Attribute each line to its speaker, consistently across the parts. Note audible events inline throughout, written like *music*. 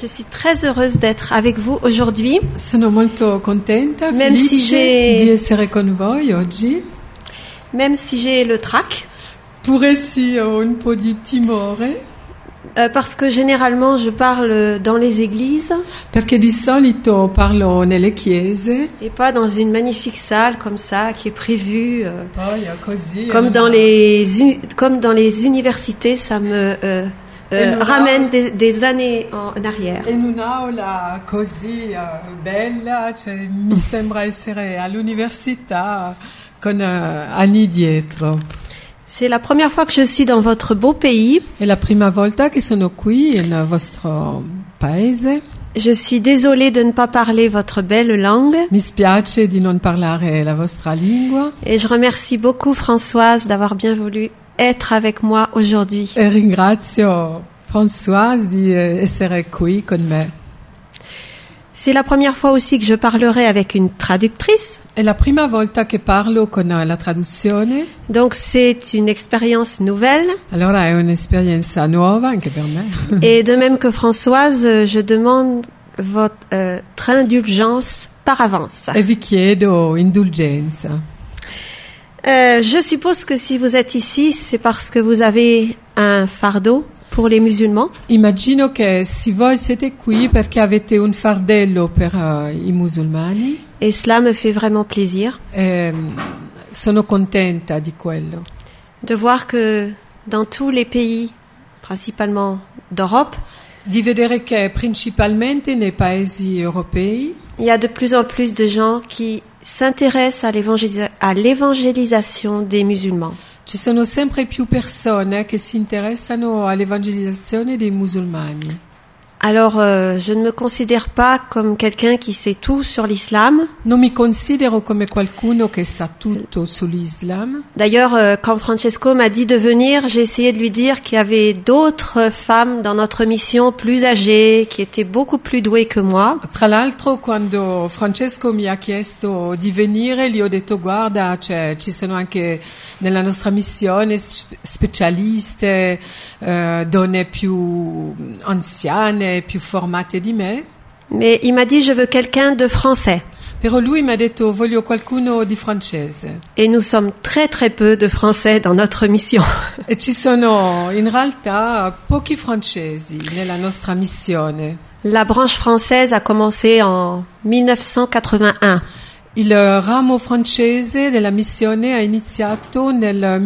Speaker 1: Je suis très heureuse d'être avec vous aujourd'hui,
Speaker 2: Sono molto contenta,
Speaker 1: Même
Speaker 2: felice
Speaker 1: si j'ai-
Speaker 2: di essere con voi oggi.
Speaker 1: même si j'ai le trac,
Speaker 2: Pure sì, ho un po' di timore,
Speaker 1: euh, parce que généralement je parle dans les églises
Speaker 2: perché di solito parlo nelle chiese,
Speaker 1: et pas dans une magnifique salle comme ça qui est prévue. euh,
Speaker 2: poi è così,
Speaker 1: comme,
Speaker 2: eh,
Speaker 1: dans
Speaker 2: no?
Speaker 1: les uni- comme dans les universités, ça me euh, euh,
Speaker 2: non.
Speaker 1: ramène des, des années en arrière.
Speaker 2: In un'aula così eh, bella, cioè, mi sembra essere all'università con eh, anni dietro.
Speaker 1: C'est la première fois que je suis dans votre beau pays.
Speaker 2: È la prima volta che sono qui nel vostro paese.
Speaker 1: Je suis désolée de ne pas parler votre belle langue
Speaker 2: Mi spiace di non parlare la vostra lingua.
Speaker 1: et je remercie beaucoup Françoise d'avoir bien voulu être avec moi aujourd'hui.
Speaker 2: E ringrazio Françoise di eh, essere qui con me.
Speaker 1: C'est la première fois aussi que je parlerai avec une traductrice,
Speaker 2: È la prima volta che parlo con eh, la traduzione,
Speaker 1: donc c'est une expérience nouvelle.
Speaker 2: allora è un'esperienza nuova anche per me.
Speaker 1: Et de même que Françoise, euh, je demande votre euh, indulgence par avance.
Speaker 2: E vi chiedo indulgenza.
Speaker 1: Euh, je suppose que si vous êtes ici, c'est parce que vous avez un fardeau pour les musulmans.
Speaker 2: Immagino che se voi siete qui perché avete un fardello per eh, i musulmani
Speaker 1: Et cela me fait vraiment plaisir
Speaker 2: e mm, sono contenta di quello.
Speaker 1: de voir que dans tous les pays, principalement d'Europe,
Speaker 2: Di vedere che principalmente nei paesi europei
Speaker 1: il y a de plus en plus de gens qui s'intéressent à l'évangélisa- à l'évangélisation des musulmans.
Speaker 2: Ci sono sempre più persone che si interessano all'evangelizzazione dei musulmani.
Speaker 1: Alors, euh, je ne me considère pas comme quelqu'un qui sait tout sur l'islam.
Speaker 2: Non mi considero come qualcuno che sa tutto sull'Islam.
Speaker 1: D'ailleurs, euh, quand Francesco m'a dit de venir, j'ai essayé de lui dire qu'il y avait d'autres femmes dans notre mission plus âgées, qui étaient beaucoup plus douées que moi.
Speaker 2: Tra l'altro, quando Francesco mi ha chiesto di venire, gli ho detto: Guarda, cioè, ci sono anche nella nostra missione s- specialiste, eh, donne più anziane, più formate di me.
Speaker 1: Mais il m'a dit, je veux quelqu'un de français.
Speaker 2: Però lui mi ha detto: Voglio qualcuno di francese.
Speaker 1: Et nous sommes très très peu de français dans notre mission.
Speaker 2: E ci sono in realtà pochi francesi nella nostra missione.
Speaker 1: La branche française a commencé en 1981.
Speaker 2: Il eh, ramo francese della missione ha iniziato nel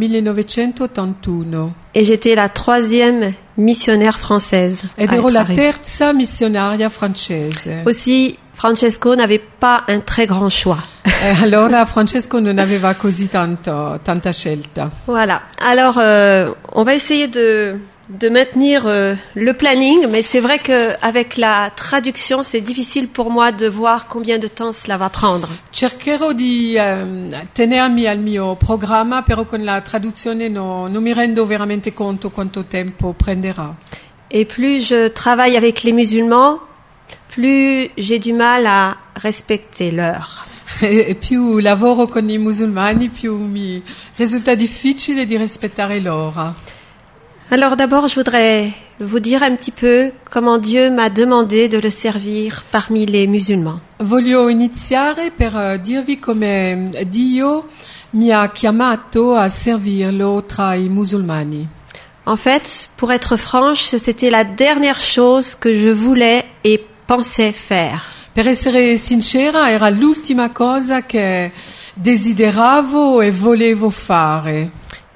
Speaker 2: 1981
Speaker 1: Et j'étais la troisième missionnaire française. à
Speaker 2: ed ero
Speaker 1: être
Speaker 2: la
Speaker 1: arrivée.
Speaker 2: terza missionaria francese.
Speaker 1: Aussi, Francesco n'avait pas un très grand choix.
Speaker 2: E Eh, allora Francesco non aveva così tanto, tanta scelta.
Speaker 1: Voilà. Alors, euh, on va essayer de, de maintenir euh, le planning, mais c'est vrai qu'avec la traduction, c'est difficile pour moi de voir combien de temps cela va prendre.
Speaker 2: Cercherò di ehm, tenermi al mio programma, però con la traduzione no- non mi rendo veramente conto quanto tempo prenderà.
Speaker 1: Et plus je travaille avec les musulmans, plus j'ai du mal à respecter l'heure.
Speaker 2: E e più lavoro con i musulmani, più mi risulta difficile di rispettare l'ora.
Speaker 1: Alors d'abord, je voudrais vous dire un petit peu comment Dieu m'a demandé de le servir parmi les musulmans.
Speaker 2: Voglio iniziare per eh, dirvi come eh, Dio mi ha chiamato a servirlo tra i musulmani.
Speaker 1: En fait, pour être franche, c'était la dernière chose que je voulais et pensais faire.
Speaker 2: Per essere sincera, era l'ultima cosa che desideravo e volevo fare.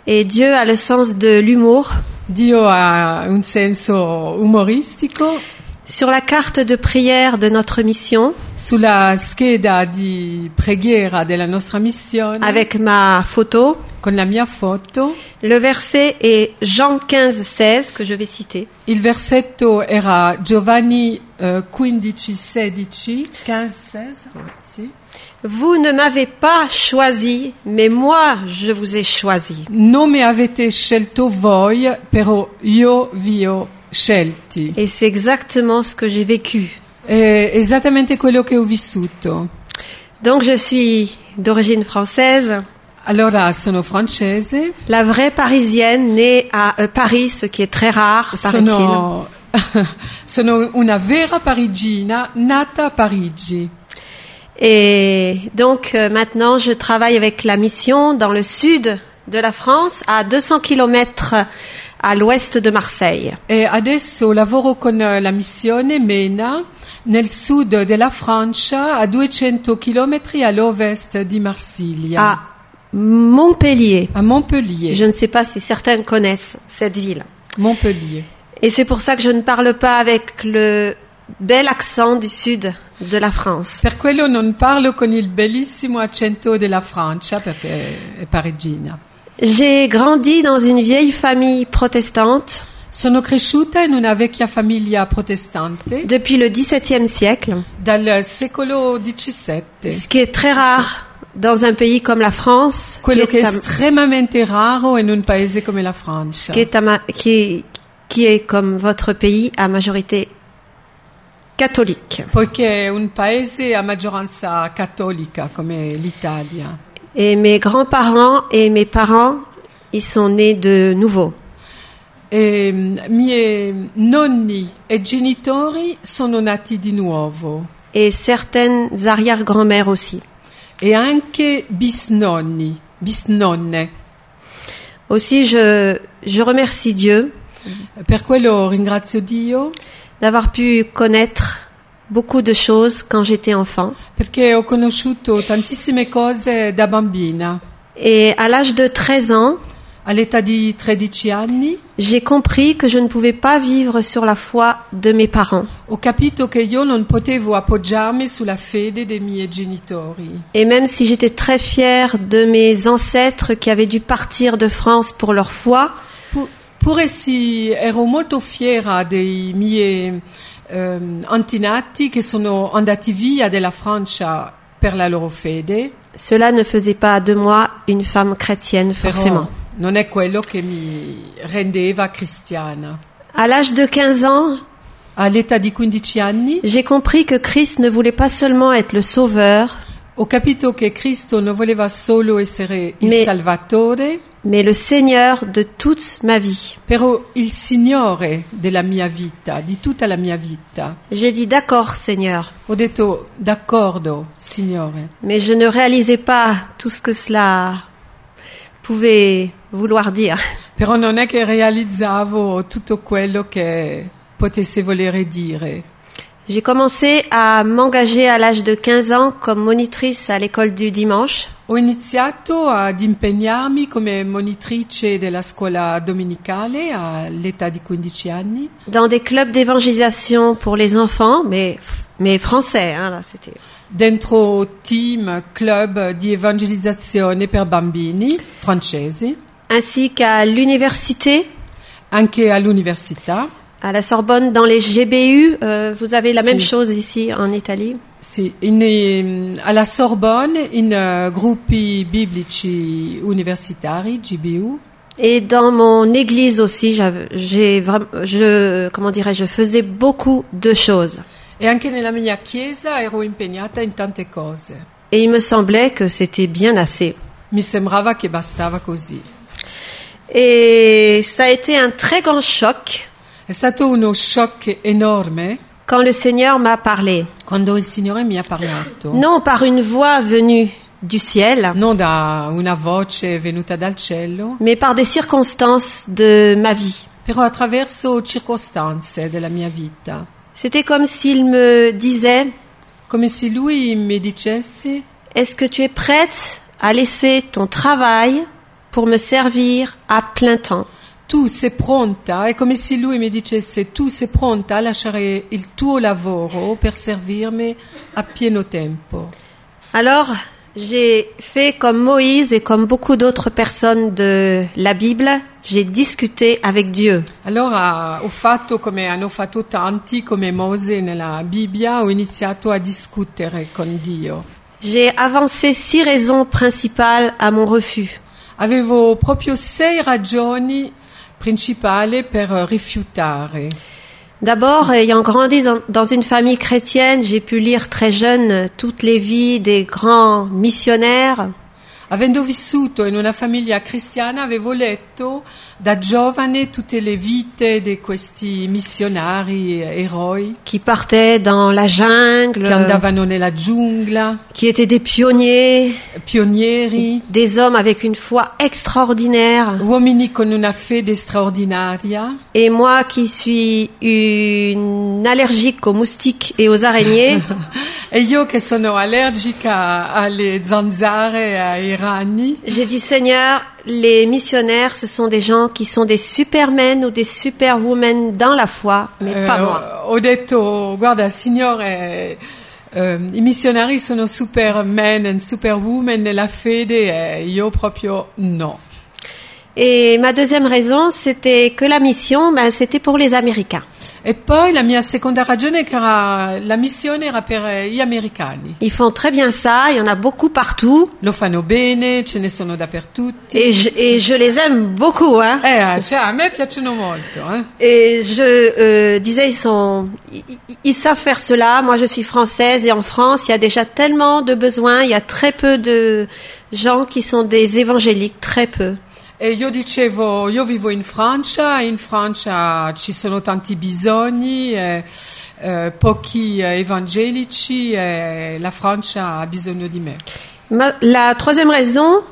Speaker 1: Et Dieu a le sens de l'humour.
Speaker 2: Dio ha un senso umoristico.
Speaker 1: Sur la carte de prière de notre mission,
Speaker 2: Sulla scheda di preghiera della nostra missione,
Speaker 1: avec ma photo,
Speaker 2: con la mia foto,
Speaker 1: le verset est Jean 15, 16, que je vais citer.
Speaker 2: Il versetto era Giovanni eh, 15, 16, 15, 16, sì.
Speaker 1: Vous ne m'avez pas choisi, mais moi, je vous ai choisi.
Speaker 2: Non mi avete scelto voi, però io vi ho scelti.
Speaker 1: Et c'est exactement ce que j'ai vécu.
Speaker 2: È esattamente quello che ho vissuto.
Speaker 1: Donc je suis d'origine française,
Speaker 2: Allora, sono francese,
Speaker 1: la vraie parisienne née à euh, Paris, ce qui est très rare, paraît-il.
Speaker 2: sono *laughs* Sono una vera parigina nata a Parigi.
Speaker 1: Et donc euh, maintenant, je travaille avec la mission dans le sud de la France, à 200 km euh, à l'ouest de Marseille.
Speaker 2: E adesso lavoro con eh, la missione MENA nel sud della Francia a 200 km all'ovest di Marsiglia,
Speaker 1: à Montpellier.
Speaker 2: a Montpellier.
Speaker 1: Je ne sais pas si certains connaissent cette ville.
Speaker 2: Montpellier.
Speaker 1: Et c'est pour ça que je ne parle pas avec le bel accent du sud de la France.
Speaker 2: Per quello non parlo con il bellissimo accento della Francia perché è parigina.
Speaker 1: J'ai grandi dans une vieille famille protestante
Speaker 2: Sono cresciuta in una vecchia famiglia protestante
Speaker 1: depuis le XVIIe siècle,
Speaker 2: dal secolo XVII.
Speaker 1: ce qui est très rare dans un pays comme la France, qui
Speaker 2: Quello che
Speaker 1: est,
Speaker 2: è
Speaker 1: à-
Speaker 2: estremamente raro in un paese come la Francia,
Speaker 1: qui est à ma- qui est- qui est comme votre pays à majorité catholique.
Speaker 2: poiché è un paese a maggioranza cattolica come l'Italia.
Speaker 1: Et mes grands-parents et mes parents, ils sont nés de nouveau.
Speaker 2: E mm, miei nonni e genitori sono nati di nuovo
Speaker 1: Et certaines arrière-grand-mères aussi.
Speaker 2: e anche bisnonni, bisnonne.
Speaker 1: Aussi, je, je remercie Dieu
Speaker 2: Per quello ringrazio Dio
Speaker 1: d'avoir pu connaître beaucoup de choses quand j'étais enfant.
Speaker 2: perché ho conosciuto tantissime cose da bambina.
Speaker 1: Et à l'âge de 13 ans,
Speaker 2: All'età di 13 anni
Speaker 1: j'ai compris que je ne pouvais pas vivre sur la foi de mes parents.
Speaker 2: ho capito che io non potevo appoggiarmi sulla fede dei miei genitori.
Speaker 1: Et même si j'étais très fière de mes ancêtres qui avaient dû partir de France pour leur foi,
Speaker 2: Pu- Pure sì, ero molto fiera dei miei ehm, antinati che sono andati via dalla Francia per la loro fede,
Speaker 1: cela ne faisait pas de moi une femme chrétienne
Speaker 2: però
Speaker 1: forcément.
Speaker 2: non è quello che mi rendeva cristiana.
Speaker 1: À l'âge de 15 ans,
Speaker 2: All'età di 15 anni
Speaker 1: j'ai compris que Christ ne voulait pas seulement être le sauveur,
Speaker 2: ho capito che Cristo non voleva solo essere il
Speaker 1: Me-
Speaker 2: Salvatore,
Speaker 1: mais le Seigneur de toute ma vie.
Speaker 2: però il Signore della mia vita, di tutta la mia vita.
Speaker 1: J'ai dit d'accord Seigneur,
Speaker 2: Ho detto d'accordo, Signore.
Speaker 1: mais je ne réalisais pas tout ce que cela pouvait vouloir dire.
Speaker 2: Però non è che realizzavo tutto quello che potesse volere dire.
Speaker 1: J'ai commencé à m'engager à l'âge de 15 ans comme monitrice à l'école du dimanche
Speaker 2: Ho iniziato ad impegnarmi come monitrice della scuola domenicale all'età di 15 anni
Speaker 1: dans des clubs d'évangélisation pour les enfants, mais, mais français, hein, là, c'était.
Speaker 2: dentro team, club di evangelizzazione per bambini francesi,
Speaker 1: Ainsi qu'à l'université,
Speaker 2: anche all'università.
Speaker 1: à la Sorbonne, dans les GBU. euh, vous avez la
Speaker 2: Si.
Speaker 1: même chose ici en Italie.
Speaker 2: Sì, in, ehm, alla Sorbonne in eh, gruppi biblici universitari, GBU.
Speaker 1: Et dans mon église aussi, j'avais- j'ai vraiment, je, comment dirais-je, je faisais beaucoup de choses.
Speaker 2: E anche nella mia chiesa ero impegnata in tante cose.
Speaker 1: Et il me semblait que c'était bien assez.
Speaker 2: Mi sembrava che bastava così.
Speaker 1: Et ça a été un très grand choc
Speaker 2: È stato uno shock enorme
Speaker 1: quand le Seigneur m'a parlé.
Speaker 2: quando il Signore mi ha parlato.
Speaker 1: Non par une voix venue du ciel,
Speaker 2: Non da una voce venuta dal cielo,
Speaker 1: mais par des circonstances de ma vie.
Speaker 2: però attraverso circostanze della mia vita.
Speaker 1: C'était comme s'il me disait,
Speaker 2: Come se Lui mi dicesse:
Speaker 1: est-ce que tu es prête à laisser ton travail pour me servir à plein temps?
Speaker 2: Tu sei pronta? È come se Lui mi dicesse: Tu sei pronta a lasciare il tuo lavoro per servirmi a pieno tempo.
Speaker 1: Alors, j'ai fait comme Moïse et comme beaucoup d'autres personnes de la Bible, j'ai discuté avec Dieu.
Speaker 2: Allora ho fatto come hanno fatto tanti, come Mose nella Bibbia, ho iniziato a discutere con Dio.
Speaker 1: J'ai avancé six raisons principales à mon refus.
Speaker 2: Avevo proprio sei ragioni principali per rifiutare.
Speaker 1: D'abord, ayant grandi dans- dans une famille chrétienne, j'ai pu lire très jeune euh, toutes les vies des grands missionnaires
Speaker 2: Avendo vissuto in una famiglia cristiana, avevo letto da giovane tutte le vite di questi missionari eroi
Speaker 1: qui partaient dans la jungle,
Speaker 2: che andavano nella giungla,
Speaker 1: qui étaient des pionniers,
Speaker 2: pionieri,
Speaker 1: des hommes avec une foi extraordinaire.
Speaker 2: uomini con una fede straordinaria.
Speaker 1: Et moi qui suis une allergique aux moustiques et aux araignées,
Speaker 2: E io che sono allergica alle zanzare e ai ragni,
Speaker 1: j'ai dit Seigneur, les missionnaires, ce sont des gens qui sont des supermen ou des superwomen dans la foi, mais
Speaker 2: eh,
Speaker 1: pas moi.
Speaker 2: ho, ho detto, guarda signore, eh, i missionari sono supermen e superwoman nella fede e io proprio no.
Speaker 1: Et ma deuxième raison, c'était que la mission, ben, c'était pour les Américains.
Speaker 2: E poi la mia seconda ragione è che era, la missione era per gli americani.
Speaker 1: Ils font très bien ça, il y en a beaucoup partout,
Speaker 2: Lo fanno bene, ce ne sono dappertutto.
Speaker 1: et je, et je les aime beaucoup. Hein.
Speaker 2: Eh, cioè, a me piacciono molto. Eh.
Speaker 1: Et je euh, disais, ils sont, ils, ils- ils savent faire cela. Moi, je suis française, et en France, il y a déjà tellement de besoins, il y a très peu de gens qui sont des évangéliques, très peu.
Speaker 2: E io dicevo, io vivo in Francia, in Francia ci sono tanti bisogni, eh, eh, pochi eh, evangelici, eh, la Francia ha bisogno di me.
Speaker 1: Ma- la troisième raison,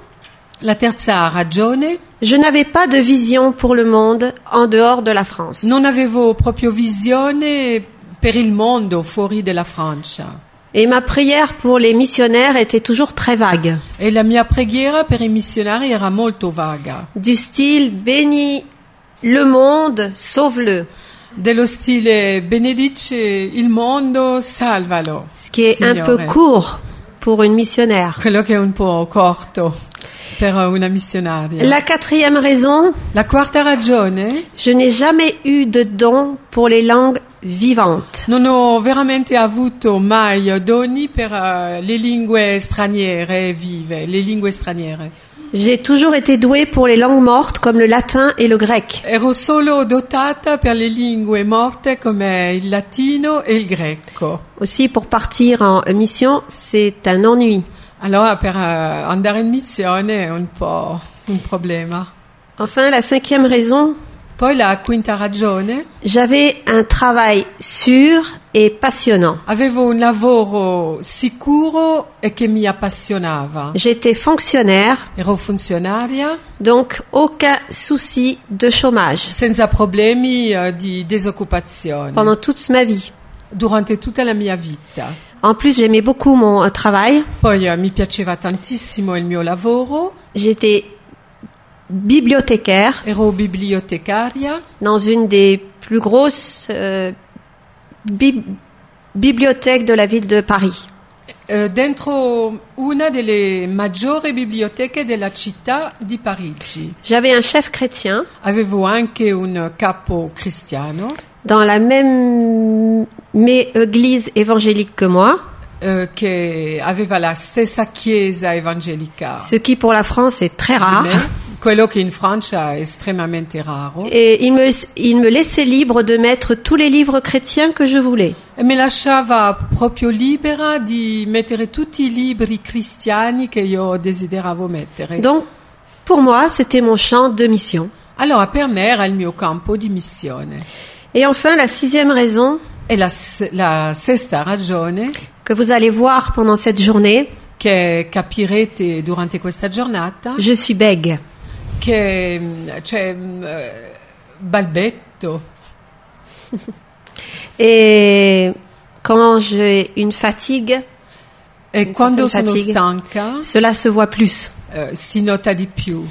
Speaker 2: La terza ragione,
Speaker 1: je n'avais pas de vision pour le monde en dehors de la France.
Speaker 2: non avevo proprio visione per il mondo fuori della Francia
Speaker 1: Et ma prière pour les missionnaires était toujours très vague.
Speaker 2: e la mia preghiera per i missionari era molto vaga,
Speaker 1: du style bénis le monde, sauve-le,
Speaker 2: dello stile benedice il mondo, salvalo,
Speaker 1: ce qui est un peu
Speaker 2: Signore.
Speaker 1: court pour une missionnaire.
Speaker 2: quello che è un po' corto per una missionaria.
Speaker 1: La quatrième raison,
Speaker 2: La quarta ragione,
Speaker 1: je n'ai jamais eu de don pour les langues vivantes.
Speaker 2: non ho veramente avuto mai doni per eh, le lingue straniere vive, le lingue straniere.
Speaker 1: J'ai toujours été douée pour les langues mortes comme le latin et le grec.
Speaker 2: Ero solo dotata per le lingue morte come il latino e il greco.
Speaker 1: Aussi, pour partir en mission, c'est un ennui.
Speaker 2: Allora per eh, andare in missione è un po' un problema.
Speaker 1: Enfin, la cinquième raison,
Speaker 2: Poi la quinta ragione,
Speaker 1: j'avais un travail sûr et passionnant.
Speaker 2: avevo un lavoro sicuro e che mi appassionava.
Speaker 1: J'étais fonctionnaire,
Speaker 2: Ero funzionaria
Speaker 1: donc aucun souci de chômage.
Speaker 2: senza problemi eh, di disoccupazione.
Speaker 1: pendant toute ma vie.
Speaker 2: durante tutta la mia vita.
Speaker 1: En plus, j'aimais beaucoup mon euh, travail.
Speaker 2: Poi eh, mi piaceva tantissimo il mio lavoro,
Speaker 1: J'étais bibliothécaire
Speaker 2: ero bibliotecaria
Speaker 1: dans une des plus grosses euh, bib- bibliothèques de la ville de Paris.
Speaker 2: eh, dentro una delle maggiori biblioteche della città di Parigi.
Speaker 1: J'avais un chef chrétien
Speaker 2: Avevo anche un capo cristiano
Speaker 1: dans la même mais église évangélique que moi,
Speaker 2: eh, che aveva la stessa chiesa evangelica
Speaker 1: ce qui pour la France est très
Speaker 2: di
Speaker 1: rare.
Speaker 2: me, quello che in Francia è estremamente raro,
Speaker 1: Et il me, il me laissait libre de mettre tous les livres chrétiens que je voulais.
Speaker 2: e mi lasciava proprio libera di mettere tutti i libri cristiani che io desideravo mettere.
Speaker 1: Donc, pour moi, c'était mon champ de mission.
Speaker 2: Allora, per me era il mio campo di missione.
Speaker 1: Et enfin, la sixième raison,
Speaker 2: E la, s- la sesta ragione
Speaker 1: que vous allez voir pendant cette journée,
Speaker 2: che capirete durante questa giornata,
Speaker 1: je suis bègue.
Speaker 2: che mh, cioè, mh, eh, balbetto.
Speaker 1: Et quand j'ai une fatigue,
Speaker 2: E quando sono
Speaker 1: fatigue.
Speaker 2: stanca
Speaker 1: cela se voit plus.
Speaker 2: eh, si nota di più.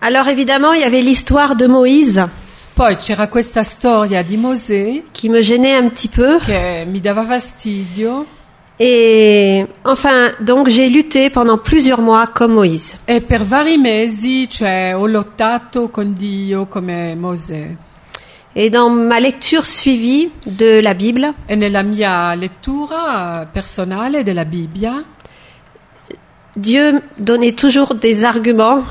Speaker 1: Alors évidemment, il y avait l'histoire de Moïse
Speaker 2: Poi c'era questa storia di Mosè
Speaker 1: qui me gênait un petit peu.
Speaker 2: che mi dava fastidio
Speaker 1: Et enfin, donc j'ai lutté pendant plusieurs mois comme Moïse.
Speaker 2: e per vari mesi cioè, ho lottato con Dio come Mosè.
Speaker 1: Et dans ma lecture suivie de la Bible,
Speaker 2: E nella mia lettura personale della Bibbia,
Speaker 1: Dieu donnait toujours des arguments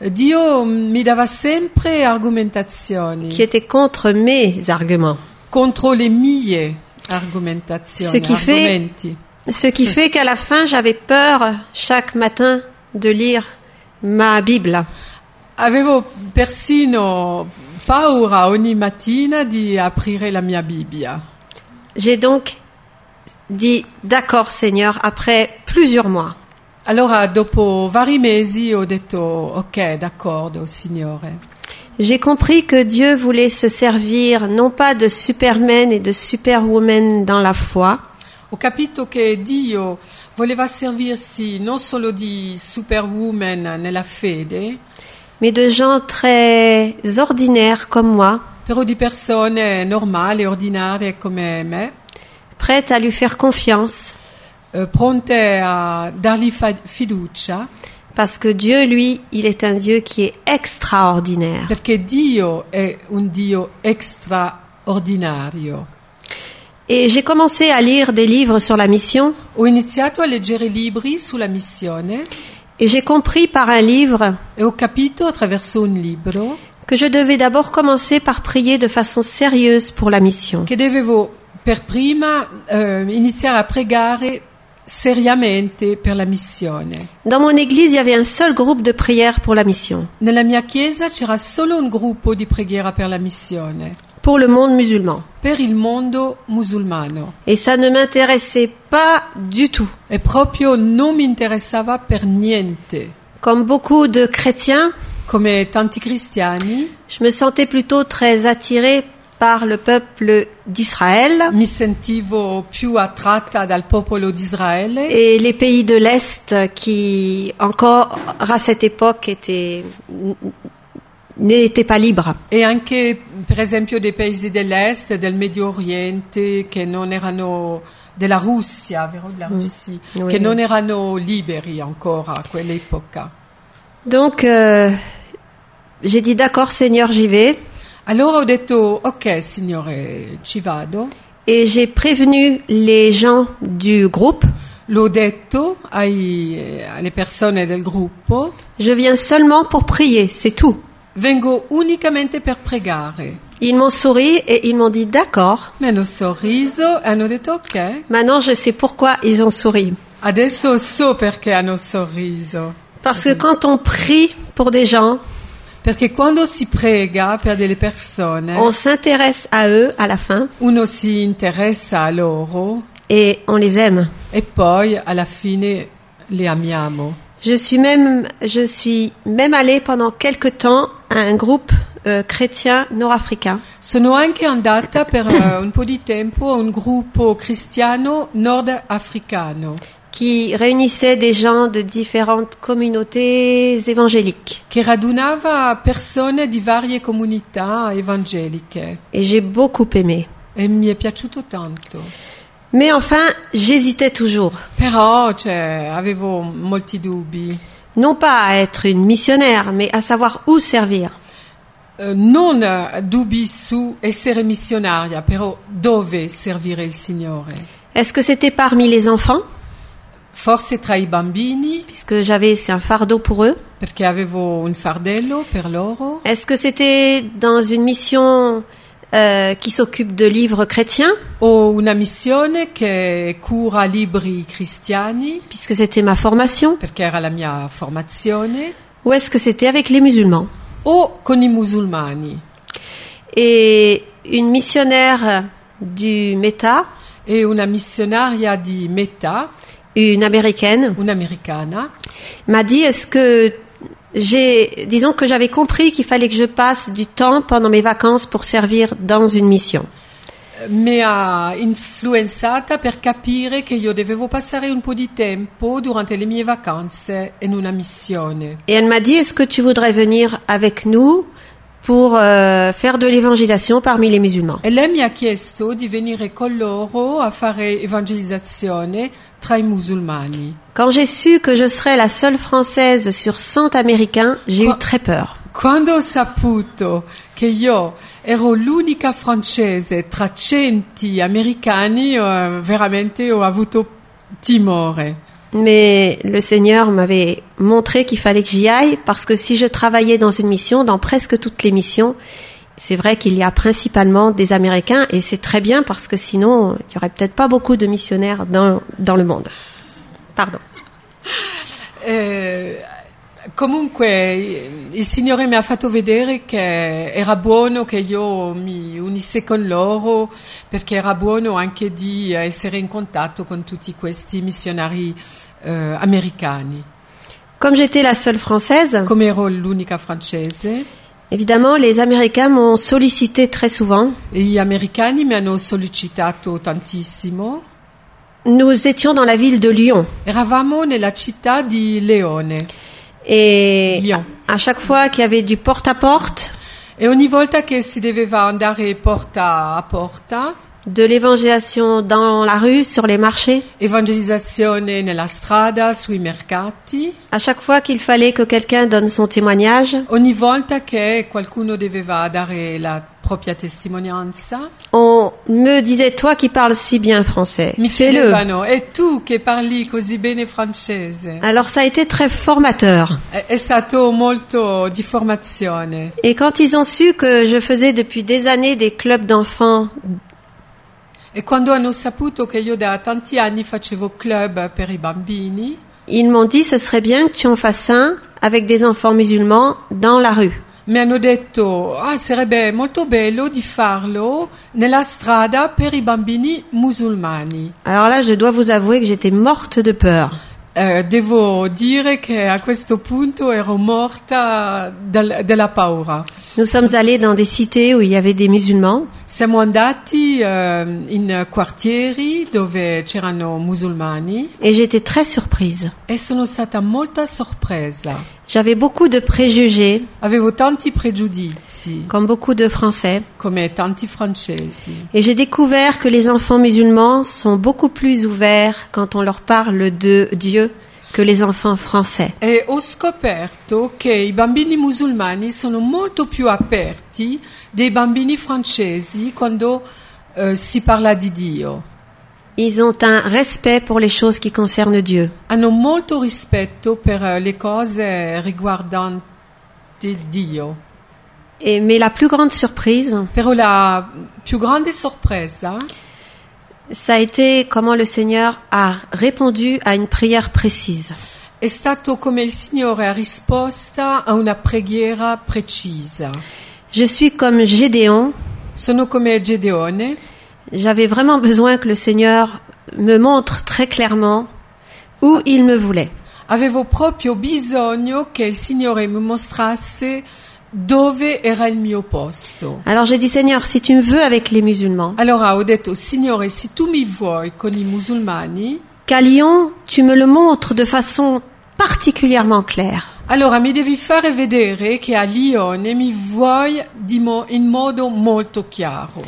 Speaker 2: Dio mi dava sempre argomentazioni
Speaker 1: qui étaient contre mes arguments.
Speaker 2: contro le mie argomentazioni,
Speaker 1: Ce qui fait-
Speaker 2: argomenti.
Speaker 1: Ce qui fait qu'à la fin, j'avais peur chaque matin de lire ma Bible.
Speaker 2: Avevo persino paura ogni mattina di aprire la mia Bibbia.
Speaker 1: J'ai donc dit d'accord Seigneur après plusieurs mois.
Speaker 2: Allora, dopo vari mesi ho detto ok, d'accordo, Signore.
Speaker 1: J'ai compris que Dieu voulait se servir non pas de supermen et de superwomen dans la foi,
Speaker 2: Ho capito che Dio voleva servirsi non solo di superwoman nella fede,
Speaker 1: mais de gens très ordinaires comme moi,
Speaker 2: però di persone normali, ordinarie come me,
Speaker 1: prêtes à lui faire confiance,
Speaker 2: eh, pronte a dargli fa- fiducia,
Speaker 1: parce que Dieu, lui, il est un Dieu qui est extraordinaire.
Speaker 2: perché Dio è un Dio straordinario.
Speaker 1: Et j'ai commencé à lire des livres sur la mission,
Speaker 2: Ho iniziato a leggere libri sulla missione
Speaker 1: et j'ai compris par un livre
Speaker 2: e ho capito attraverso un libro
Speaker 1: que je devais d'abord commencer par prier de façon sérieuse pour la mission.
Speaker 2: che dovevo per prima eh, iniziare a pregare seriamente per la missione.
Speaker 1: Dans mon église, il y avait un seul groupe de prière pour la mission,
Speaker 2: Nella mia chiesa c'era solo un gruppo di preghiera per la missione,
Speaker 1: pour le monde musulman.
Speaker 2: per il mondo musulmano,
Speaker 1: Et ça ne m'intéressait pas du tout.
Speaker 2: e proprio non mi interessava per niente.
Speaker 1: Comme beaucoup de chrétiens,
Speaker 2: Come tanti cristiani,
Speaker 1: je me sentais plutôt très attirée par le peuple d'Israël
Speaker 2: mi sentivo più attratta dal popolo di Israele
Speaker 1: et les pays de l'Est qui, encore à cette époque, étaient n'étaient pas libres.
Speaker 2: e anche per esempio dei paesi dell'est, del Medio Oriente che non erano della Russia, vero? Della Russia,
Speaker 1: oui.
Speaker 2: che non erano liberi ancora a quell'epoca.
Speaker 1: Donc, euh, j'ai dit d'accord, Seigneur, j'y vais.
Speaker 2: Allora ho detto ok signore ci vado,
Speaker 1: Et j'ai prévenu les gens du groupe.
Speaker 2: l'ho detto ai- eh, alle persone del gruppo,
Speaker 1: Je viens seulement pour prier, c'est tout.
Speaker 2: vengo unicamente per pregare.
Speaker 1: Ils m'ont souri et ils m'ont dit d'accord.
Speaker 2: Mi hanno sorriso e hanno detto ok,
Speaker 1: Maintenant, je sais pourquoi ils ont souri.
Speaker 2: adesso so perché hanno sorriso.
Speaker 1: Parce que quand on prie pour des gens,
Speaker 2: Perché quando si prega per delle persone,
Speaker 1: on s'intéresse à eux à la fin
Speaker 2: uno si interessa a loro
Speaker 1: et on les aime.
Speaker 2: e poi alla fine li amiamo.
Speaker 1: Je suis même, je suis même allée pendant quelque temps à un groupe euh, chrétien nord-africain.
Speaker 2: Sono anche andata per eh, un po' di tempo a un gruppo cristiano nordafricano
Speaker 1: qui réunissait des gens de différentes communautés évangéliques.
Speaker 2: che radunava persone di varie comunità evangeliche
Speaker 1: Et j'ai beaucoup aimé.
Speaker 2: e mi è piaciuto tanto.
Speaker 1: Mais enfin, j'hésitais toujours.
Speaker 2: Però cioè, avevo molti dubbi,
Speaker 1: Non pas à être une missionnaire, mais à savoir où servir.
Speaker 2: Eh, non eh, dubbi su essere missionaria, però dove servire il Signore?
Speaker 1: Est-ce que c'était parmi les enfants,
Speaker 2: Forse tra i bambini,
Speaker 1: puisque j'avais, c'est un fardeau pour eux
Speaker 2: perché avevo un fardello per loro,
Speaker 1: Est-ce que c'était dans une mission euh, qui s'occupe de livres chrétiens,
Speaker 2: ho una missione che cura libri cristiani,
Speaker 1: puisque c'était ma formation
Speaker 2: perché era la mia formazione,
Speaker 1: Ou est-ce que c'était avec les musulmans
Speaker 2: o con i musulmani.
Speaker 1: Et une missionnaire du META,
Speaker 2: E una missionaria di Meta,
Speaker 1: une américaine,
Speaker 2: un'americana,
Speaker 1: m'a dit est-ce que j'ai disons que j'avais compris qu'il fallait que je passe du temps pendant mes vacances pour servir dans une mission.
Speaker 2: eh, mi ha influenzata per capire che io dovevo passare un po' di tempo durante le mie vacanze in una missione.
Speaker 1: Et elle m'a dit est-ce que tu voudrais venir avec nous pour euh, faire de l'évangélisation parmi les musulmans
Speaker 2: E lei mi ha chiesto di venire con loro a fare evangelizzazione tra i musulmani.
Speaker 1: Quand j'ai su que je serais la seule française sur 100 américains, j'ai
Speaker 2: Quoi
Speaker 1: eu très peur.
Speaker 2: Quando ho saputo che io ero l'unica francese tra centi americani, eh, veramente ho avuto timore.
Speaker 1: Mais le Seigneur m'avait montré qu'il fallait que j'y aille parce que si je travaillais dans une mission, dans presque toutes les missions, c'est vrai qu'il y a principalement des Américains et c'est très bien parce que sinon, il y aurait peut-être pas beaucoup de missionnaires dans, dans le monde. Pardon.
Speaker 2: Eh, Comunque il Signore mi ha fatto vedere che era buono che io mi unisse con loro perché era buono anche di essere in contatto con tutti questi missionari eh, americani.
Speaker 1: Comme j'étais la seule française,
Speaker 2: Come ero l'unica francese,
Speaker 1: évidemment, les Américains m'ont sollicité très souvent.
Speaker 2: gli americani mi hanno sollecitato tantissimo.
Speaker 1: Nous étions dans la ville de Lyon
Speaker 2: Eravamo nella città di Leone
Speaker 1: et
Speaker 2: Lyon.
Speaker 1: à chaque fois qu'il y avait du porte-à-porte,
Speaker 2: e ogni volta che si doveva andare porta a porta,
Speaker 1: de l'évangélisation dans la rue, sur les marchés,
Speaker 2: evangelizzazione nella strada, sui mercati,
Speaker 1: à chaque fois qu'il fallait que quelqu'un donne son témoignage,
Speaker 2: ogni volta che qualcuno doveva dare la propria testimonianza,
Speaker 1: on me disait Toi qui parles si bien français,
Speaker 2: mi
Speaker 1: fais-le.
Speaker 2: chiedevano, e tu che parli così bene francese?
Speaker 1: Alors ça a été très formateur.
Speaker 2: È, è stato molto di formazione.
Speaker 1: Et quand ils ont su que je faisais depuis des années des clubs d'enfants
Speaker 2: E quando hanno saputo che io da tanti anni facevo club per i bambini,
Speaker 1: Ils m'ont dit ce serait bien que tu en fasses un avec des enfants musulmans dans la rue.
Speaker 2: mi hanno detto ah, sarebbe molto bello di farlo nella strada per i bambini musulmani.
Speaker 1: Alors là, je dois vous avouer que j'étais morte de peur.
Speaker 2: Eh, devo dire che a questo punto ero morta dal- della paura.
Speaker 1: Nous sommes allés dans des cités où il y avait des musulmans
Speaker 2: Siamo andati eh, in quartieri dove c'erano musulmani
Speaker 1: et j'étais très surprise.
Speaker 2: e sono stata molto sorpresa.
Speaker 1: J'avais beaucoup de préjugés,
Speaker 2: Avevo tanti pregiudizi,
Speaker 1: comme beaucoup de Français,
Speaker 2: come tanti francesi.
Speaker 1: et j'ai découvert que les enfants musulmans sont beaucoup plus ouverts quand on leur parle de Dieu que les enfants français.
Speaker 2: E ho scoperto che i bambini musulmani sono molto più aperti dei bambini francesi quando eh, si parla di Dio.
Speaker 1: Ils ont un respect pour les choses qui concernent Dieu.
Speaker 2: Hanno molto rispetto per eh, le cose riguardanti Dio.
Speaker 1: Et, mais la plus grande surprise,
Speaker 2: Però la più grande sorpresa
Speaker 1: Ça a été comment le Seigneur a répondu à une prière précise.
Speaker 2: è stato come il Signore ha risposta a una preghiera precisa.
Speaker 1: Je suis comme Gédéon,
Speaker 2: Sono come Gedeone,
Speaker 1: j'avais vraiment besoin que le Seigneur me montre très clairement où il me voulait.
Speaker 2: Avevo proprio bisogno che il Signore mi mostrasse dove era il mio posto.
Speaker 1: Alors j'ai dit Seigneur, si tu me veux avec les musulmans,
Speaker 2: Allora ho detto, Signore, se tu mi vuoi con i musulmani,
Speaker 1: qu'à Lyon, tu me le montres de façon particulièrement claire.
Speaker 2: allora mi devi fare vedere che a Lione mi vuoi di mo- in modo molto chiaro.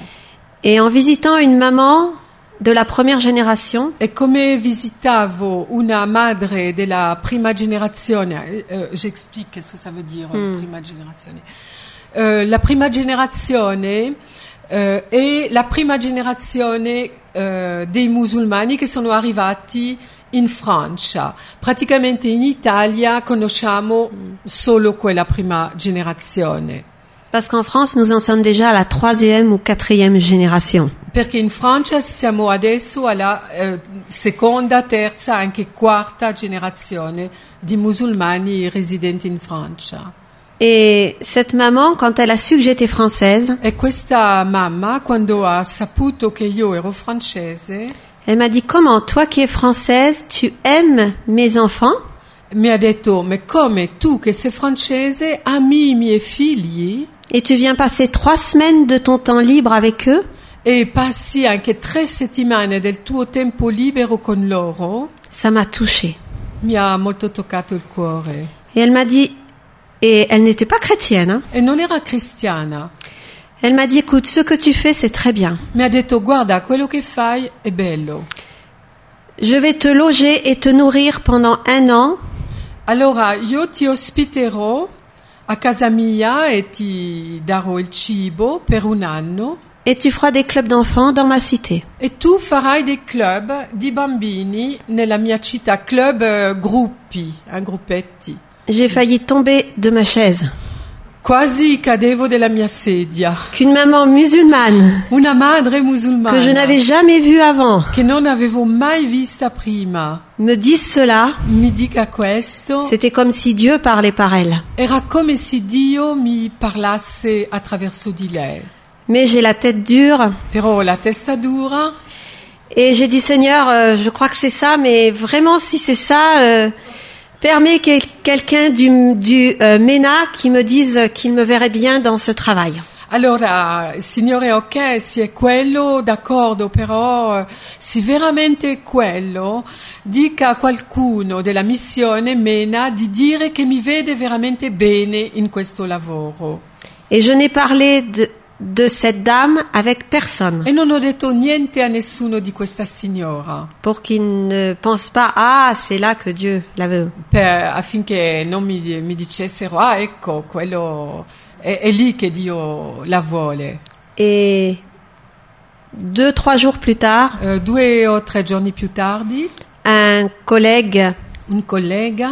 Speaker 1: Et en visitant une maman de la première génération,
Speaker 2: E come visitavo una madre della prima generazione, eh, eh, j'explique che cosa vuol dire prima generazione. Eh, la prima generazione eh, è la prima generazione eh, dei musulmani che sono arrivati in Francia. Praticamente in Italia conosciamo solo quella prima generazione.
Speaker 1: parce qu'en France, nous en sommes déjà à la troisième ou quatrième génération.
Speaker 2: Perché in Francia siamo adesso alla eh, seconda, terza, anche quarta generazione di musulmani residenti in Francia.
Speaker 1: Et cette maman, quand elle a su que j'étais française,
Speaker 2: E questa mamma, quando ha saputo che io ero francese,
Speaker 1: Elle m'a dit comment toi qui es française, tu aimes mes enfants
Speaker 2: mi ha detto, ma come tu che sei francese ami i miei figli
Speaker 1: et tu viens passer trois semaines de ton temps libre avec eux
Speaker 2: e passi anche tre settimane del tuo tempo libero con loro,
Speaker 1: Ça m'a touchée.
Speaker 2: mi ha molto toccato il cuore.
Speaker 1: Et elle m'a dit, et elle n'était pas chrétienne, hein.
Speaker 2: E non era cristiana.
Speaker 1: elle m'a dit écoute, ce que tu fais, c'est très bien.
Speaker 2: Mi ha detto guarda quello che fai è bello.
Speaker 1: Je vais te loger et te nourrir pendant un an
Speaker 2: Allora io ti ospiterò a casa mia e ti darò il cibo per un anno
Speaker 1: et tu feras des clubs d'enfants dans ma cité.
Speaker 2: e tu farai dei club di bambini nella mia città, club eh, gruppi, eh, gruppetti.
Speaker 1: J'ai failli tomber de ma chaise.
Speaker 2: Quasi cadevo della mia sedia.
Speaker 1: qu'une maman musulmane
Speaker 2: Una madre musulmana
Speaker 1: que je n'avais jamais vue avant
Speaker 2: che non avevo mai vista prima
Speaker 1: me dise cela,
Speaker 2: mi dica questo
Speaker 1: c'était comme si Dieu parlait par elle.
Speaker 2: era come se Dio mi parlasse attraverso di lei.
Speaker 1: Mais j'ai la tête dure
Speaker 2: Però ho la testa dura
Speaker 1: et j'ai dit Seigneur, euh, je crois que c'est ça, mais vraiment si c'est ça, euh, permets que quelqu'un du, du euh, MENA qui me dise qu'il me verrait bien dans ce travail.
Speaker 2: Allora, signore, ok, se è quello, d'accordo, però eh, se veramente è quello, dica a qualcuno della missione Mena di dire che mi vede veramente bene in questo lavoro.
Speaker 1: Et je n'ai parlé de, de cette dame avec personne
Speaker 2: E non ho detto niente a nessuno di questa signora,
Speaker 1: pour qu'il ne pense pas Ah, c'est là que Dieu la veut.
Speaker 2: per- affinché non mi, mi dicessero, ah ecco, quello è, è lì che Dio la vuole.
Speaker 1: Et deux, trois jours plus tard,
Speaker 2: Eh, due o tre giorni più tardi,
Speaker 1: un collègue
Speaker 2: un collega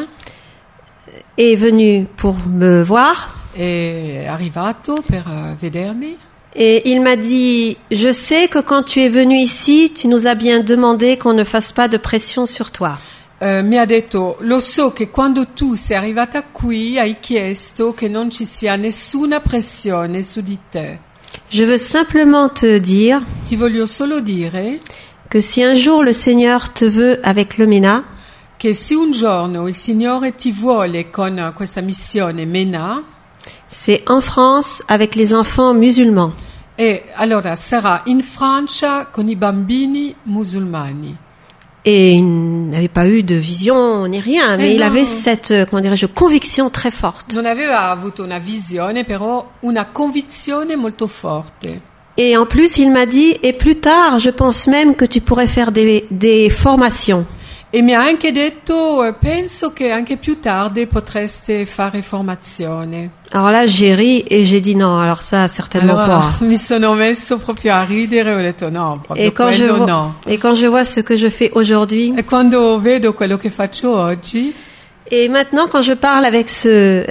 Speaker 1: est venu pour me voir
Speaker 2: è arrivato per eh, vedermi
Speaker 1: et il m'a dit Je sais que quand tu es venu ici, tu nous as bien demandé qu'on ne fasse pas de pression sur toi.
Speaker 2: Eh, mi ha detto, lo so che quando tu sei arrivata qui hai chiesto che non ci sia nessuna pressione su di te.
Speaker 1: Je veux simplement te dire
Speaker 2: Ti voglio solo dire
Speaker 1: que si un jour le Seigneur te veut avec le MENA,
Speaker 2: che se un giorno il Signore ti vuole con eh, questa missione Mena,
Speaker 1: c'est en France avec les enfants musulmans.
Speaker 2: e eh, allora sarà in Francia con i bambini musulmani.
Speaker 1: Et il n'avait pas eu de vision ni rien, mais
Speaker 2: Eh
Speaker 1: il
Speaker 2: non.
Speaker 1: avait cette, euh, comment dirais-je, conviction très forte.
Speaker 2: Non aveva avuto una visione, però una convinzione molto forte.
Speaker 1: Et en plus, il m'a dit, et plus tard, je pense même que tu pourrais faire des, des formations.
Speaker 2: E mi ha anche detto, eh, penso che anche più tardi potreste fare formazione.
Speaker 1: Alors là, j'ai ri et j'ai dit non, alors euh, ça, certainement
Speaker 2: Allora
Speaker 1: pas.
Speaker 2: *laughs* mi sono messo proprio a ridere, ho detto no, proprio
Speaker 1: Et quand, je
Speaker 2: quello
Speaker 1: vois,
Speaker 2: no.
Speaker 1: et quand je vois ce que je fais aujourd'hui,
Speaker 2: E quando vedo quello che faccio oggi,
Speaker 1: et maintenant quand je parle avec ce,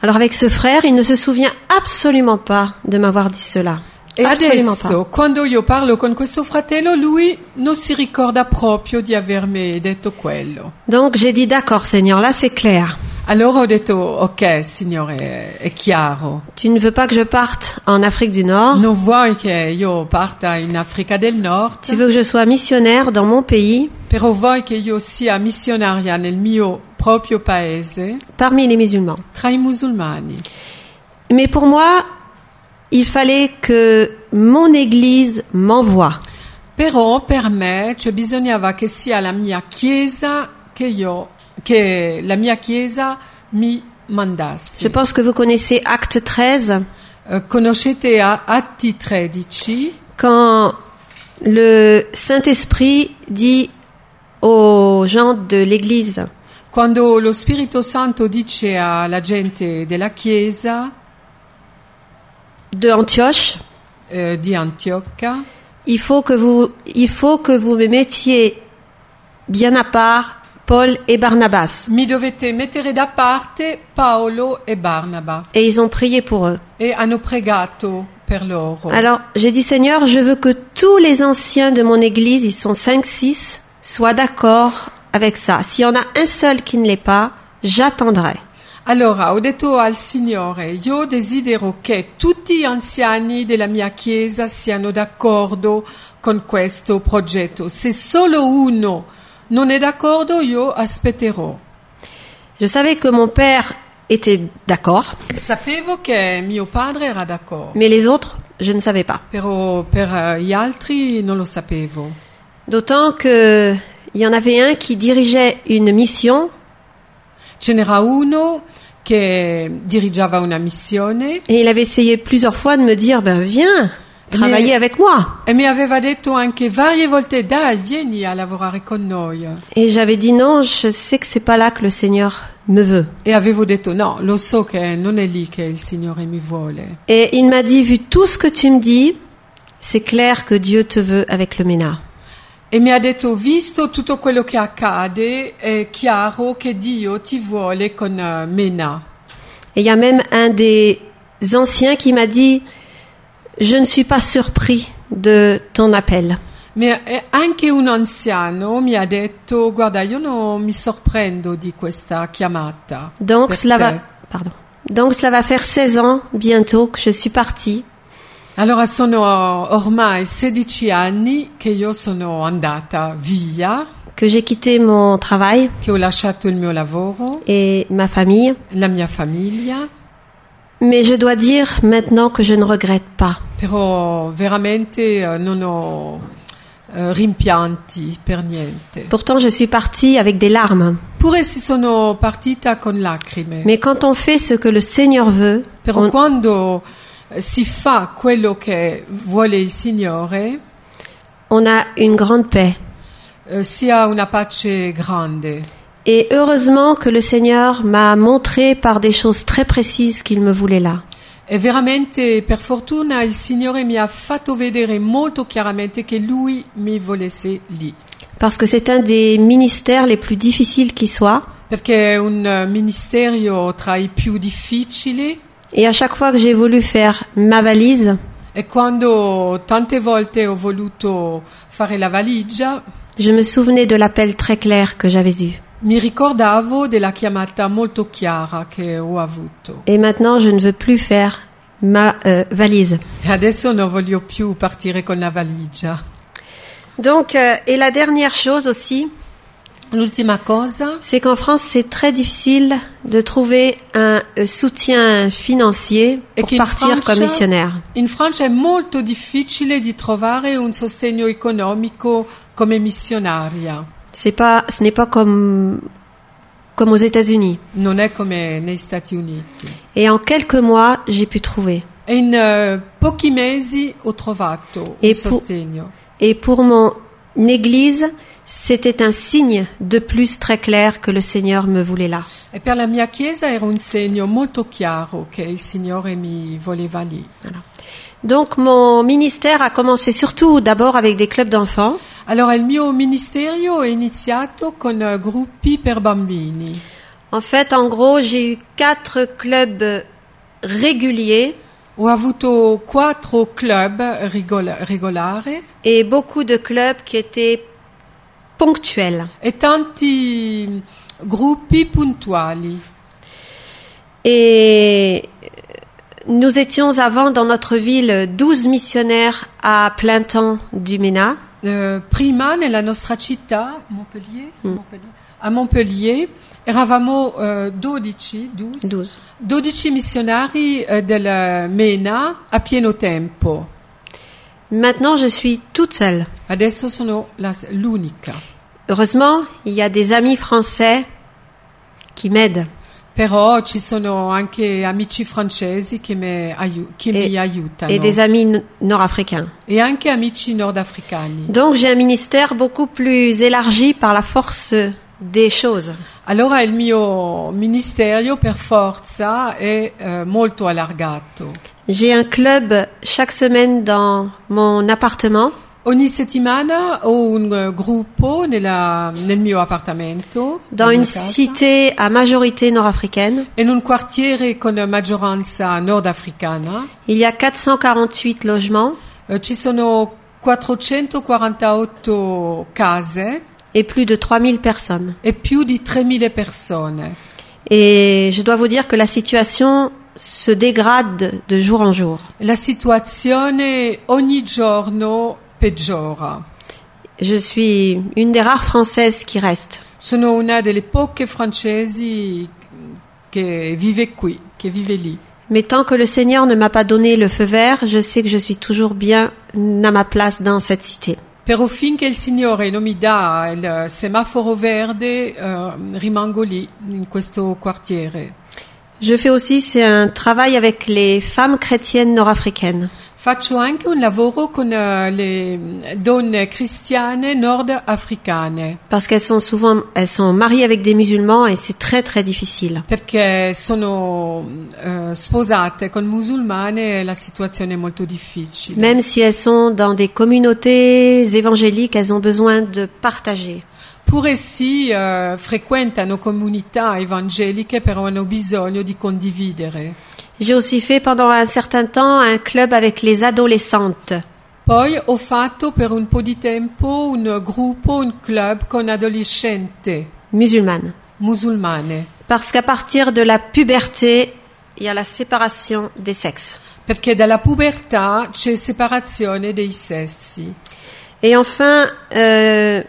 Speaker 1: alors avec ce frère, il ne se souvient absolument pas de m'avoir dit cela.
Speaker 2: e
Speaker 1: absolument pas.
Speaker 2: adesso quando io parlo con questo fratello, lui non si ricorda proprio di avermi detto quello.
Speaker 1: Donc j'ai dit d'accord Seigneur, là c'est clair.
Speaker 2: Allora ho detto, ok signore, è chiaro,
Speaker 1: Tu ne veux pas que je parte en Afrique du Nord,
Speaker 2: non vuoi che io parta in Africa del Nord?
Speaker 1: tu veux que je sois missionnaire dans mon pays,
Speaker 2: Però vuoi che io sia missionaria nel mio proprio paese
Speaker 1: parmi les musulmans.
Speaker 2: tra i musulmani.
Speaker 1: Mais pour moi, il fallait que mon Église m'envoie.
Speaker 2: Però per me cioè, bisognava che sia la mia chiesa che io che la mia chiesa mi
Speaker 1: Je
Speaker 2: mandasse.
Speaker 1: pense que vous connaissez Acte 13,
Speaker 2: Eh, conoscete a Atti 13
Speaker 1: quand le Saint-Esprit dit aux gens de l'Église,
Speaker 2: quando lo Spirito Santo dice alla gente della chiesa
Speaker 1: de Antioche,
Speaker 2: eh, di Antiochia
Speaker 1: il faut que vous, il faut que vous me mettiez bien à part Paul et Barnabas.
Speaker 2: mi dovete mettere da parte Paolo e Barnaba
Speaker 1: Et ils ont prié pour eux.
Speaker 2: e hanno pregato per loro.
Speaker 1: Alors, j'ai dit, Seigneur, je veux que tous les anciens de mon église, ils sont 5, 6, soient d'accord avec ça. S'il y en a un seul qui ne l'est pas, j'attendrai.
Speaker 2: Allora ho detto al Signore, io desidero che tutti gli anziani della mia Chiesa siano d'accordo con questo progetto. Se solo uno non è d'accordo, io aspetterò.
Speaker 1: Je savais que mon père était d'accord,
Speaker 2: Sapevo che mio padre era d'accordo,
Speaker 1: mais les autres, je ne savais pas.
Speaker 2: però per eh, gli altri non lo sapevo.
Speaker 1: D'autant que il y en avait un qui dirigeait une mission
Speaker 2: Ce n'era uno che dirigeva una missione
Speaker 1: et il avait essayé plusieurs fois de me dire, ben, viens, travailler
Speaker 2: Mais-
Speaker 1: avec moi.
Speaker 2: e mi aveva detto anche varie volte, dai, vieni a lavorare con noi.
Speaker 1: Et j'avais dit non, je sais que c'est pas là que le Seigneur me veut.
Speaker 2: E avevo detto no, lo so che non è lì che il Signore mi vuole.
Speaker 1: Et il m'a dit, vu tout ce que tu me dis, c'est clair que Dieu te veut avec le MENA.
Speaker 2: E mi ha detto, visto tutto quello che accade, è chiaro che Dio ti vuole con eh, Mena.
Speaker 1: Et il y a même un des anciens qui m'a dit, je ne suis pas surpris de ton appel.
Speaker 2: Ma eh, anche un anziano mi ha detto, guarda, io non mi sorprendo di questa chiamata.
Speaker 1: Donc
Speaker 2: per
Speaker 1: cela,
Speaker 2: te."
Speaker 1: va, pardon. Donc cela va faire 16 ans bientôt que je suis partie.
Speaker 2: Allora sono ormai 16 anni che io sono andata via,
Speaker 1: que j'ai quitté mon travail
Speaker 2: che ho lasciato il mio lavoro,
Speaker 1: et ma famille,
Speaker 2: la mia famiglia,
Speaker 1: mais je dois dire maintenant que je ne regrette pas.
Speaker 2: però veramente eh, non ho eh, rimpianti per niente.
Speaker 1: Pourtant, je suis partie avec des larmes.
Speaker 2: Pure si sono partita con lacrime,
Speaker 1: Mais quand on fait ce que le Seigneur veut,
Speaker 2: però
Speaker 1: on-
Speaker 2: quando eh, si fa quello che vuole il Signore,
Speaker 1: on a une grande paix.
Speaker 2: eh, si ha una pace grande.
Speaker 1: Et heureusement que le Seigneur m'a montré par des choses très précises qu'il me voulait là.
Speaker 2: E veramente, per fortuna, il Signore mi ha fatto vedere molto chiaramente che Lui mi volesse lì,
Speaker 1: Parce que c'est un des ministères les plus difficiles qui soit.
Speaker 2: perché è un eh, ministero tra i più difficili
Speaker 1: Et à chaque fois que j'ai voulu faire ma valise,
Speaker 2: e quando tante volte ho voluto fare la valigia,
Speaker 1: je me souvenais de l'appel très clair que j'avais eu.
Speaker 2: mi ricordavo della chiamata molto chiara che ho avuto.
Speaker 1: Et maintenant, je ne veux plus faire ma euh, valise.
Speaker 2: E adesso non voglio più partire con la valigia.
Speaker 1: Donc, euh, et la dernière chose aussi,
Speaker 2: L'ultima cosa
Speaker 1: c'est qu'en France, c'est très difficile de trouver un euh, soutien financier
Speaker 2: Et
Speaker 1: pour
Speaker 2: qu'une
Speaker 1: partir
Speaker 2: Franche-
Speaker 1: comme missionnaire.
Speaker 2: In Francia è molto difficile di trovare un sostegno economico come missionaria,
Speaker 1: C'est pas, ce n'est pas comme comme aux États-Unis.
Speaker 2: non è come negli Stati Uniti.
Speaker 1: Et en quelques mois, j'ai pu trouver.
Speaker 2: E in eh, pochi mesi ho trovato
Speaker 1: E
Speaker 2: un
Speaker 1: pu-
Speaker 2: sostegno.
Speaker 1: Et pour mon église, c'était un signe de plus très clair que le Seigneur me voulait là.
Speaker 2: E per la mia chiesa era un segno molto chiaro che il Signore mi voleva lì.
Speaker 1: Voilà. Donc mon ministère a commencé surtout d'abord avec des clubs d'enfants.
Speaker 2: Allora il mio ministero è iniziato con eh, gruppi per bambini.
Speaker 1: En fait, en gros, j'ai eu quatre clubs euh, réguliers
Speaker 2: Ho avuto quattro club rigol- regolari.
Speaker 1: et beaucoup de clubs qui étaient ponctuels.
Speaker 2: e tanti gruppi puntuali.
Speaker 1: Et euh, nous étions avant dans notre ville 12 missionnaires à plein temps du MENA.
Speaker 2: Eh, prima nella nostra città, Montpellier, Montpellier- a Montpellier, eravamo eh, 12, 12,
Speaker 1: 12.
Speaker 2: 12 missionari eh, del MENA a pieno tempo.
Speaker 1: Maintenant, je suis toute seule.
Speaker 2: Adesso sono la s- l'unica,
Speaker 1: Heureusement, il y a des amis français qui m'aident.
Speaker 2: però ci sono anche amici francesi che, me aiu- che
Speaker 1: E-
Speaker 2: mi aiutano
Speaker 1: et des amis n- nord-africains.
Speaker 2: e anche amici nordafricani.
Speaker 1: Donc j'ai un ministère beaucoup plus élargi par la force des choses.
Speaker 2: Allora il mio ministero per forza è eh, molto allargato.
Speaker 1: J'ai un club chaque semaine dans mon appartement
Speaker 2: Ogni settimana ho un eh, gruppo nella- nel mio appartamento,
Speaker 1: dans
Speaker 2: nella
Speaker 1: une
Speaker 2: casa,
Speaker 1: cité à majorité nord-africaine.
Speaker 2: in un quartiere con maggioranza nordafricana.
Speaker 1: Il y a 448 logements
Speaker 2: Eh, ci sono 448 case
Speaker 1: et plus de 3000 personnes.
Speaker 2: e più di 3.000 persone.
Speaker 1: Et je dois vous dire que la situation se dégrade de jour en jour.
Speaker 2: La situazione ogni giorno peggiora.
Speaker 1: Je suis une des rares Françaises qui reste.
Speaker 2: Sono una delle poche francesi che vive qui, che vive lì.
Speaker 1: Mais tant que le Seigneur ne m'a pas donné le feu vert, je sais que je suis toujours bien à ma place dans cette cité.
Speaker 2: Però finché il Signore non mi dà il semaforo verde, eh, rimango lì, in questo quartiere.
Speaker 1: Je fais aussi, c'est un travail avec les femmes chrétiennes nord-africaines.
Speaker 2: Faccio anche un lavoro con eh, le donne cristiane nordafricane,
Speaker 1: Parce qu'elles sont souvent, elles sont mariées avec des musulmans et c'est très très difficile.
Speaker 2: perché sono eh, sposate con musulmane e la situazione è molto difficile.
Speaker 1: Même si elles sont dans des communautés évangéliques, elles ont besoin de partager.
Speaker 2: Eppure si eh, frequentano comunità evangeliche, però hanno bisogno di condividere.
Speaker 1: J'ai aussi fait pendant un certain temps un club avec les adolescentes.
Speaker 2: Poi ho fatto per un po' di tempo un gruppo, un club con adolescenti
Speaker 1: musulmanes.
Speaker 2: musulmane,
Speaker 1: Parce qu'à partir de la puberté, il y a la séparation des sexes.
Speaker 2: perché dalla pubertà c'è separazione dei sessi.
Speaker 1: Et enfin, euh,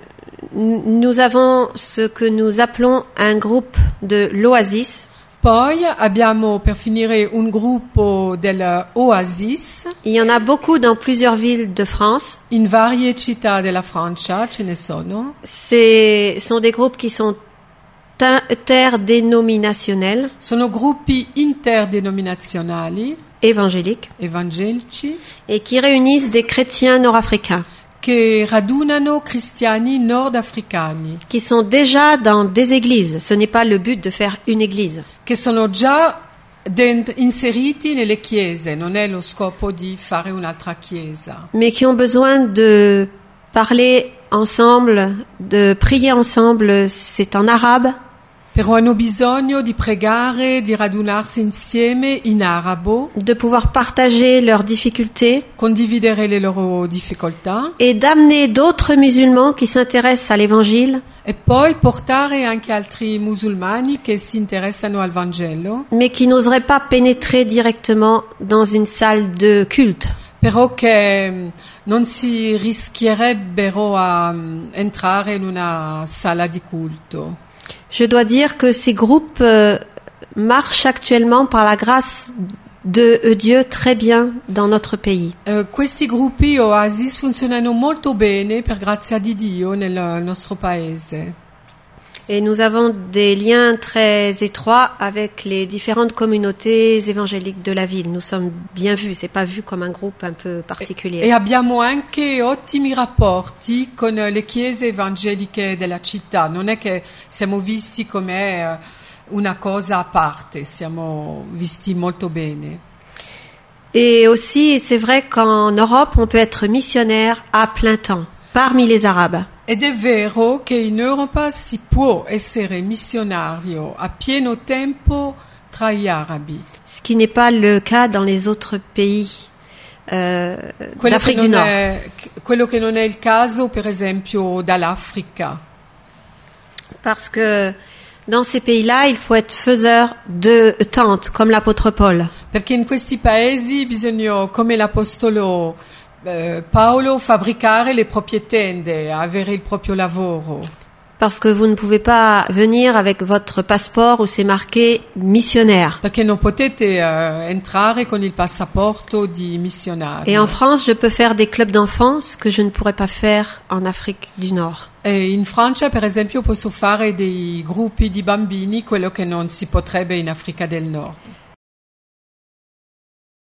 Speaker 1: n- nous avons ce que nous appelons un groupe de l'Oasis.
Speaker 2: Poi abbiamo per finire un gruppo dell'Oasis
Speaker 1: Il y en a beaucoup dans plusieurs villes de France.
Speaker 2: in varie città della Francia, ce ne sono.
Speaker 1: Ce sont des groupes qui sont interdénominationnels,
Speaker 2: Sono gruppi interdenominazionali
Speaker 1: évangéliques,
Speaker 2: evangelici
Speaker 1: et qui réunissent des chrétiens nord-africains
Speaker 2: che radunano cristiani nordafricani
Speaker 1: qui sont déjà dans des églises. Ce n'est pas le but de faire une église.
Speaker 2: che sono già dent- inseriti nelle chiese, non è lo scopo di fare un'altra chiesa,
Speaker 1: mais qui ont besoin de parler ensemble, de prier ensemble. C'est en arabe,
Speaker 2: però hanno bisogno di pregare, di radunarsi insieme in arabo,
Speaker 1: de pouvoir partager leurs difficultés
Speaker 2: condividere le loro difficoltà
Speaker 1: et d'amener d'autres musulmans qui s'intéressent à l'évangile,
Speaker 2: e poi portare anche altri musulmani che si interessano al Vangelo,
Speaker 1: mais qui n'oseraient pas pénétrer directement dans une salle de culte.
Speaker 2: però che mh, non si rischierebbero a mh, entrare in una sala di culto.
Speaker 1: Je dois dire que ces groupes euh, marchent actuellement par la grâce de Dieu très bien dans notre pays.
Speaker 2: Eh, questi gruppi oasis funzionano molto bene, per grazia di Dio, nel nostro paese.
Speaker 1: Et nous avons des liens très étroits avec les différentes communautés évangéliques de la ville. Nous sommes bien vus, c'est pas vu comme un groupe un peu
Speaker 2: E
Speaker 1: particulier.
Speaker 2: abbiamo anche ottimi rapporti con le chiese evangeliche della città. Non è che siamo visti come eh, una cosa a parte, siamo visti molto bene.
Speaker 1: Et aussi, c'est vrai qu'en Europe, on peut être missionnaire à plein temps parmi les Arabes.
Speaker 2: Ed è vero che in Europa si può essere missionario a pieno tempo tra gli arabi.
Speaker 1: Ce qui n'est pas le cas dans les autres pays euh,
Speaker 2: Quello che
Speaker 1: d'Afrique du
Speaker 2: non
Speaker 1: Nord.
Speaker 2: è- quello che non è il caso, per esempio, dall'Africa.
Speaker 1: Parce que dans ces pays-là, il faut être faiseur de tentes, comme l'apôtre Paul.
Speaker 2: Perché in questi paesi bisogna, come l'Apostolo eh, Paolo, fabbricare le proprie tende, avere il proprio lavoro.
Speaker 1: Parce que vous ne pouvez pas venir avec votre passeport où c'est marqué missionnaire.
Speaker 2: Perché non potete eh, entrare con il passaporto di
Speaker 1: Et
Speaker 2: missionario.
Speaker 1: en France, je peux faire des clubs d'enfants, ce que je ne pourrais pas faire en Afrique du Nord.
Speaker 2: E Eh, in Francia, per esempio, posso fare dei gruppi di bambini, quello che non si potrebbe in Africa del Nord.